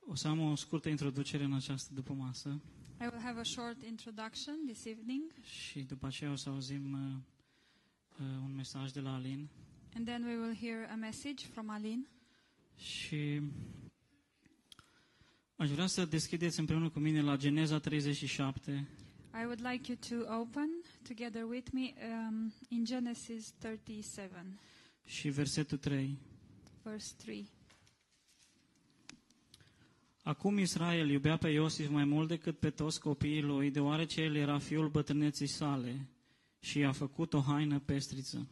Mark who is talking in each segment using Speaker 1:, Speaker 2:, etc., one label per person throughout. Speaker 1: O să am o scurtă introducere în această dupămasă
Speaker 2: I will have a short introduction this evening,
Speaker 1: și după aceea o să auzim uh, uh, un mesaj de la Alin
Speaker 2: and then we will hear a message from Aline.
Speaker 1: și aș vrea să deschideți împreună cu mine la Geneza 37
Speaker 2: I would like you to open together with me um, in Genesis 37,
Speaker 1: și versetul 3.
Speaker 2: verse 3.
Speaker 1: Acum Israel iubea pe Iosif mai mult decât pe toți copiii lui, deoarece el era fiul bătrâneții sale și i-a făcut o haină pestriță.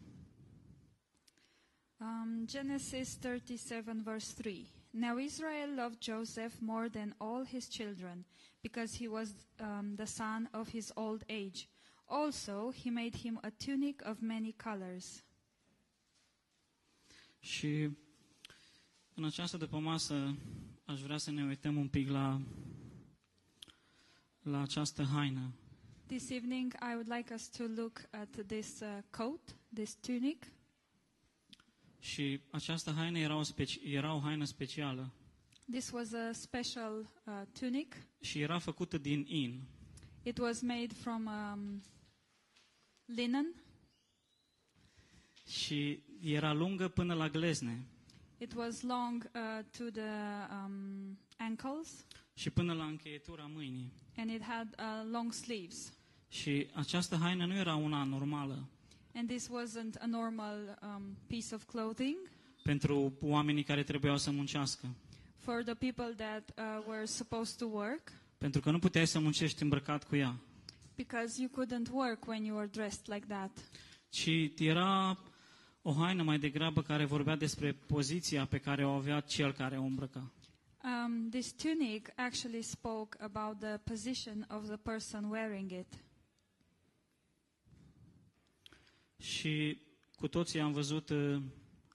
Speaker 2: Um, Genesis 37, verse 3. Now Israel loved Joseph more than all his children, because he was um, the son of his old age. Also, he made him a tunic of many colors.
Speaker 1: Și în această dupămasă aș vrea să ne uităm un pic la, la această haină.
Speaker 2: This evening, I would like us to look at this uh, coat, this tunic.
Speaker 1: Și această haină era o, speci- era o haină specială
Speaker 2: This was a special uh, tunic.
Speaker 1: și era făcută din in.
Speaker 2: It was made from um, linen.
Speaker 1: Și era lungă până la glezne
Speaker 2: It was long uh, to the um, ankles,
Speaker 1: și până la încheietura mâinii.
Speaker 2: and it had uh, long sleeves.
Speaker 1: Și această haină nu era una normală
Speaker 2: And this wasn't a normal um, piece of clothing
Speaker 1: pentru oamenii care trebuiau să muncească.
Speaker 2: for the people that uh, were supposed to work,
Speaker 1: Pentru că nu puteai să muncești îmbrăcat cu ea.
Speaker 2: because you couldn't work when you were dressed like that.
Speaker 1: ci era o haină mai degrabă care vorbea despre poziția pe care o avea cel care o îmbrăca.
Speaker 2: Um, this tunic actually spoke about the position of the person wearing it.
Speaker 1: Și cu toții am văzut uh,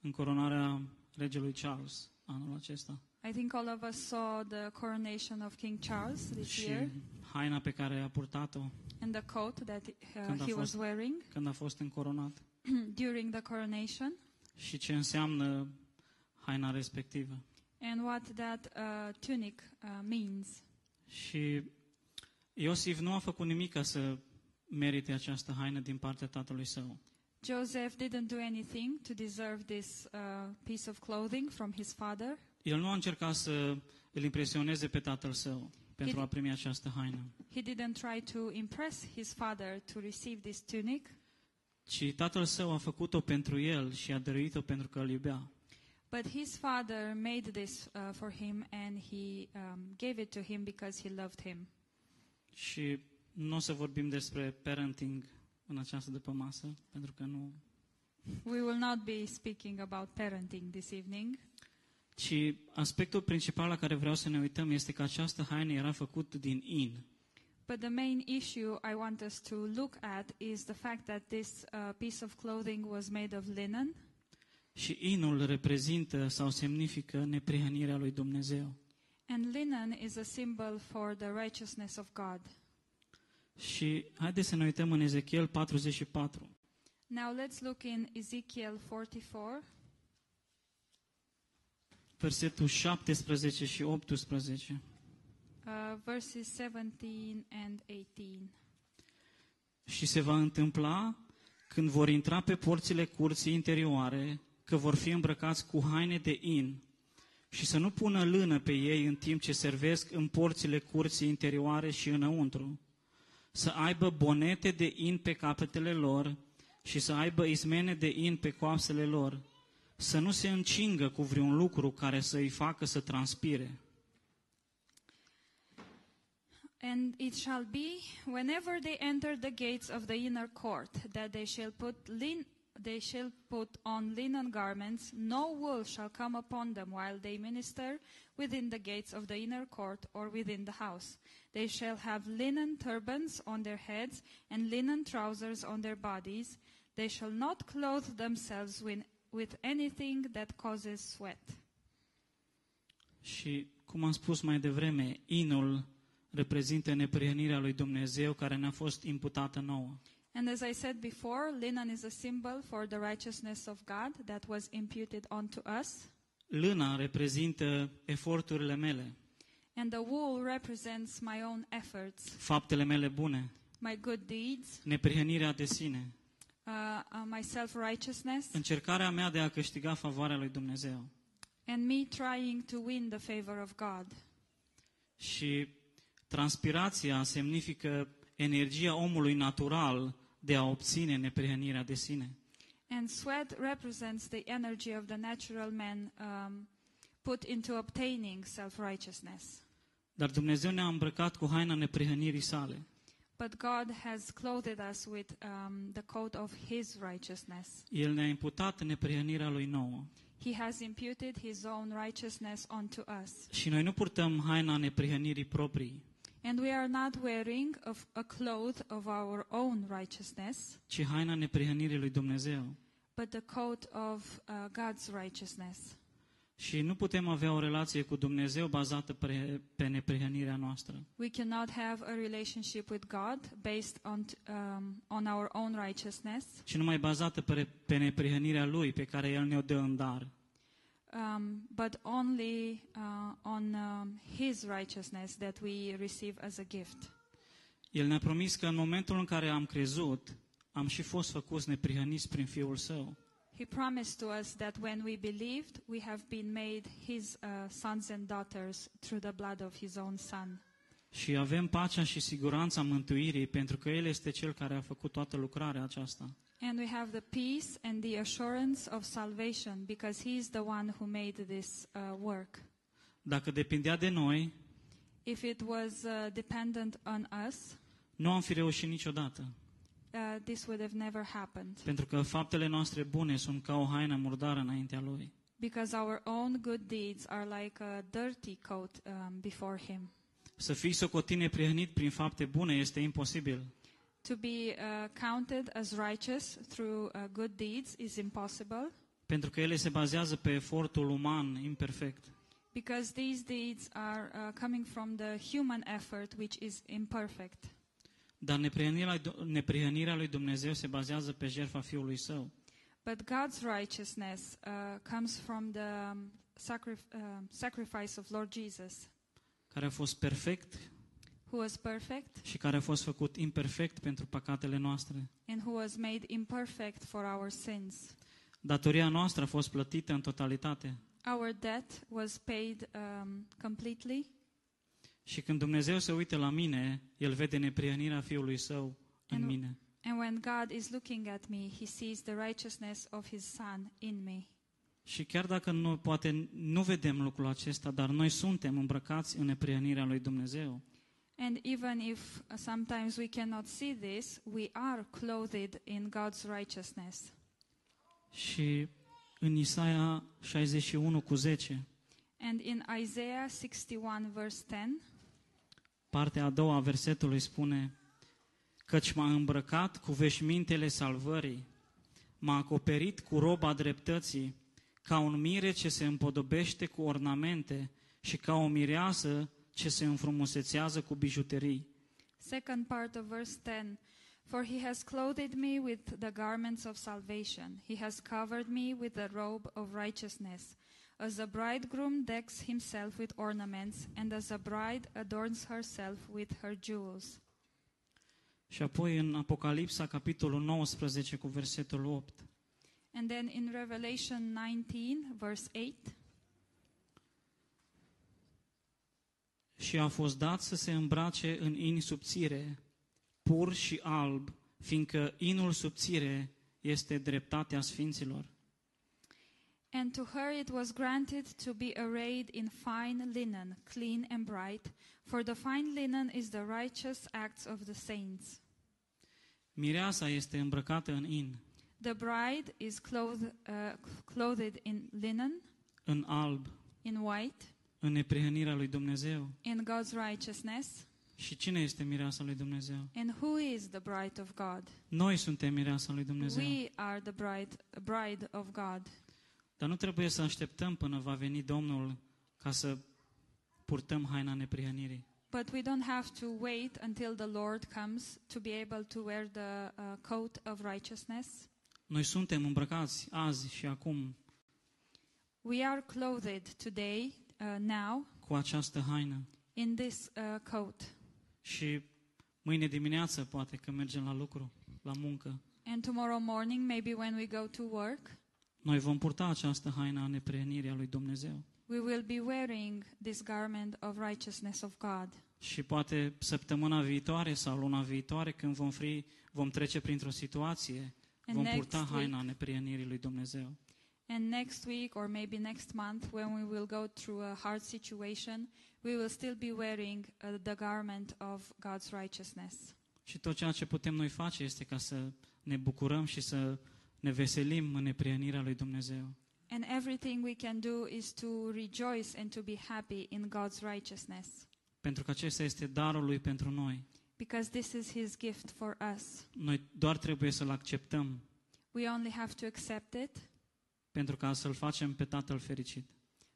Speaker 1: încoronarea regelui Charles anul acesta.
Speaker 2: I think all of us saw the coronation of King Charles this
Speaker 1: Și
Speaker 2: year
Speaker 1: haina pe care a purtat-o
Speaker 2: and the coat that uh,
Speaker 1: Când a
Speaker 2: he was
Speaker 1: fost-
Speaker 2: wearing
Speaker 1: când a fost încoronat
Speaker 2: during the coronation
Speaker 1: și ce înseamnă haina respectivă.
Speaker 2: and what that uh, tunic uh, means.
Speaker 1: Și Iosif nu a făcut nimic ca să merite această haină din partea tatălui său.
Speaker 2: Joseph didn't do anything to deserve this uh, piece of clothing from his father.
Speaker 1: El nu a încercat să îl impresioneze pe tatăl său pentru a primi această haină,
Speaker 2: He didn't try to impress his father to receive this tunic,
Speaker 1: ci tatăl său a făcut-o pentru el și a dăruit-o pentru că îl iubea.
Speaker 2: but his father made this uh, for him and he um, gave it to him because he loved him.
Speaker 1: Și nu o să vorbim despre parenting în această după masă, pentru că nu...
Speaker 2: We will not be speaking about parenting this evening.
Speaker 1: Ci aspectul principal la care vreau să ne uităm este că această haină era făcută din in.
Speaker 2: But the main issue I want us to look at is the fact that this uh, piece of clothing was made of linen,
Speaker 1: Și inul reprezintă sau semnifică neprihănirea lui Dumnezeu.
Speaker 2: and linen is a symbol for the righteousness of God.
Speaker 1: Și haideți să ne uităm în Ezechiel 44.
Speaker 2: Now let's look in Ezekiel 44,
Speaker 1: versetul 17 și 18.
Speaker 2: uh, verses 17 and 18.
Speaker 1: Și se va întâmpla când vor intra pe porțile curții interioare, că vor fi îmbrăcați cu haine de in și să nu pună lână pe ei în timp ce servesc în porțile curții interioare și înăuntru, să aibă bonete de in pe capetele lor și să aibă izmene de in pe coapsele lor, să nu se încingă cu vreun lucru care să îi facă să transpire.
Speaker 2: And it shall be, whenever they enter the gates of the inner court, that they shall put lin- they shall put on linen garments. No wool shall come upon them while they minister within the gates of the inner court or within the house. They shall have linen turbans on their heads and linen trousers on their bodies. They shall not clothe themselves with, with anything that causes sweat.
Speaker 1: Și, cum am spus mai devreme, inul reprezintă neprihănirea lui Dumnezeu care ne-a fost imputată nouă.
Speaker 2: And as I said before, linen is a symbol for the righteousness of God that was imputed onto us.
Speaker 1: Lâna reprezintă eforturile mele.
Speaker 2: And the wool represents my own efforts,
Speaker 1: faptele mele bune,
Speaker 2: my good deeds,
Speaker 1: neprihănirea de sine,
Speaker 2: uh, uh, my self righteousness,
Speaker 1: încercarea mea de a câștiga favoarea lui Dumnezeu.
Speaker 2: and me trying to win the favor of God.
Speaker 1: Și transpirația semnifică energia omului natural de a obține neprihănirea de sine.
Speaker 2: And sweat represents the energy of the natural man um, put into obtaining self righteousness.
Speaker 1: Dar Dumnezeu ne-a îmbrăcat cu haina neprihănirii sale.
Speaker 2: But God has clothed us with um, the coat of His righteousness.
Speaker 1: El ne-a imputat neprihănirea lui nouă.
Speaker 2: He has imputed His own righteousness onto us.
Speaker 1: Și noi nu purtăm haina neprihănirii proprii,
Speaker 2: And we are not wearing of a cloth of our own righteousness,
Speaker 1: ci haina neprihănirii lui Dumnezeu.
Speaker 2: but the coat of uh, God's righteousness.
Speaker 1: Și nu putem avea o relație cu Dumnezeu bazată pe, pe neprihănirea noastră.
Speaker 2: We cannot have a relationship with God based on, t- um, on our own righteousness,
Speaker 1: ci numai bazată pe, pe neprihănirea Lui pe care El ne-o dă în dar.
Speaker 2: um, but only uh, on um, His righteousness that we receive as a gift.
Speaker 1: El ne-a promis că în momentul în care am crezut, am și fost făcuți neprihăniți prin Fiul Său.
Speaker 2: He promised to us that when we believed, we have been made His uh, sons and daughters through the blood of His own Son.
Speaker 1: Și avem pacea și siguranța mântuirii pentru că El este Cel care a făcut toată lucrarea aceasta.
Speaker 2: And we have the peace and the assurance of salvation because He is the one who made this uh, work.
Speaker 1: Dacă depindea de noi,
Speaker 2: If it was uh, dependent on us,
Speaker 1: nu am fi reușit niciodată,
Speaker 2: uh, this would have never happened
Speaker 1: pentru că faptele noastre bune sunt ca o haină murdară înaintea Lui.
Speaker 2: because our own good deeds are like a dirty coat um, before Him.
Speaker 1: Să fii socotit neprihănit prin fapte bune este imposibil,
Speaker 2: To be uh, counted as righteous through uh, good deeds is impossible
Speaker 1: pentru că ele se bazează pe efortul uman imperfect.
Speaker 2: because these deeds are uh, coming from the human effort which is imperfect.
Speaker 1: Dar neprihănirea, neprihănirea lui Dumnezeu se bazează pe jertfa Fiului Său.
Speaker 2: But God's righteousness uh, comes from the um, sacri- uh, sacrifice of Lord Jesus,
Speaker 1: care a fost perfect
Speaker 2: who was perfect
Speaker 1: și care a fost făcut imperfect pentru păcatele noastre.
Speaker 2: and who was made imperfect for our sins.
Speaker 1: Datoria noastră a fost plătită în totalitate.
Speaker 2: Our debt was paid um, completely,
Speaker 1: Și când Dumnezeu se uită la mine, El vede neprihănirea Fiului Său în
Speaker 2: Anu-
Speaker 1: mine.
Speaker 2: and when God is looking at me, He sees the righteousness of His Son in me.
Speaker 1: Și chiar dacă nu, poate nu vedem lucrul acesta, dar noi suntem îmbrăcați în neprihănirea lui Dumnezeu.
Speaker 2: And even if uh, sometimes we cannot see this, we are clothed in God's righteousness.
Speaker 1: Și în Isaia 61 cu 10,
Speaker 2: And in Isaiah 61, verse 10,
Speaker 1: Partea a doua a versetului spune Căci m-a îmbrăcat cu veșmintele salvării, m-a acoperit cu roba dreptății, ca un mire ce se împodobește cu ornamente și ca o mireasă ce se înfrumusețează cu bijuterii.
Speaker 2: Second part of verse 10 For he has clothed me with the garments of salvation, he has covered me with the robe of righteousness. As a bridegroom decks himself with ornaments, and as a bride adorns herself with her jewels.
Speaker 1: Și apoi în Apocalipsa, capitolul 19, cu versetul 8,
Speaker 2: And then in Revelation 19, verse 8,
Speaker 1: Și a fost dat să se îmbrace în in subțire, pur și alb, fiindcă inul subțire este dreptatea sfinților.
Speaker 2: And to her it was granted to be arrayed in fine linen, clean and bright, for the fine linen is the righteous acts of the saints.
Speaker 1: Mireasa este îmbrăcată în in,
Speaker 2: The bride is clothed, uh, clothed in linen,
Speaker 1: în alb,
Speaker 2: in white,
Speaker 1: în neprihănirea lui Dumnezeu.
Speaker 2: in God's righteousness.
Speaker 1: Și cine este mireasa lui Dumnezeu?
Speaker 2: And who is the bride of God?
Speaker 1: Noi suntem mireasa lui Dumnezeu.
Speaker 2: We are the bride, bride of God.
Speaker 1: Dar nu trebuie să așteptăm până va veni Domnul ca să purtăm haina neprihănirii.
Speaker 2: But we don't have to wait until the Lord comes to be able to wear the uh, coat of righteousness.
Speaker 1: Noi suntem îmbrăcați azi și acum
Speaker 2: We are clothed today, uh, now,
Speaker 1: cu această haină.
Speaker 2: in this uh, coat.
Speaker 1: Și mâine dimineață, poate, că mergem la lucru, la muncă,
Speaker 2: And tomorrow morning, maybe when we go to work,
Speaker 1: noi vom purta această haină a neprihănirii a lui Dumnezeu.
Speaker 2: we will be wearing this garment of righteousness of God.
Speaker 1: Și poate săptămâna viitoare sau luna viitoare, când vom, fi, vom trece printr-o situație,
Speaker 2: And
Speaker 1: vom
Speaker 2: next
Speaker 1: purta
Speaker 2: week.
Speaker 1: haina neprienirii lui Dumnezeu.
Speaker 2: And next week, or maybe next month, when we will go through a hard situation, we will still be wearing uh, the garment of God's righteousness.
Speaker 1: Și tot ceea ce putem noi face este ca să ne bucurăm și să ne veselim în neprienirea lui Dumnezeu.
Speaker 2: And everything we can do is to rejoice and to be happy in God's righteousness,
Speaker 1: Pentru că acesta este darul lui pentru noi.
Speaker 2: because this is His gift for us.
Speaker 1: Noi doar trebuie să-l acceptăm
Speaker 2: We only have to accept it
Speaker 1: pentru ca să-l facem pe Tatăl fericit.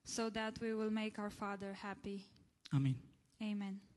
Speaker 2: so that we will make our Father happy.
Speaker 1: Amin.
Speaker 2: Amen.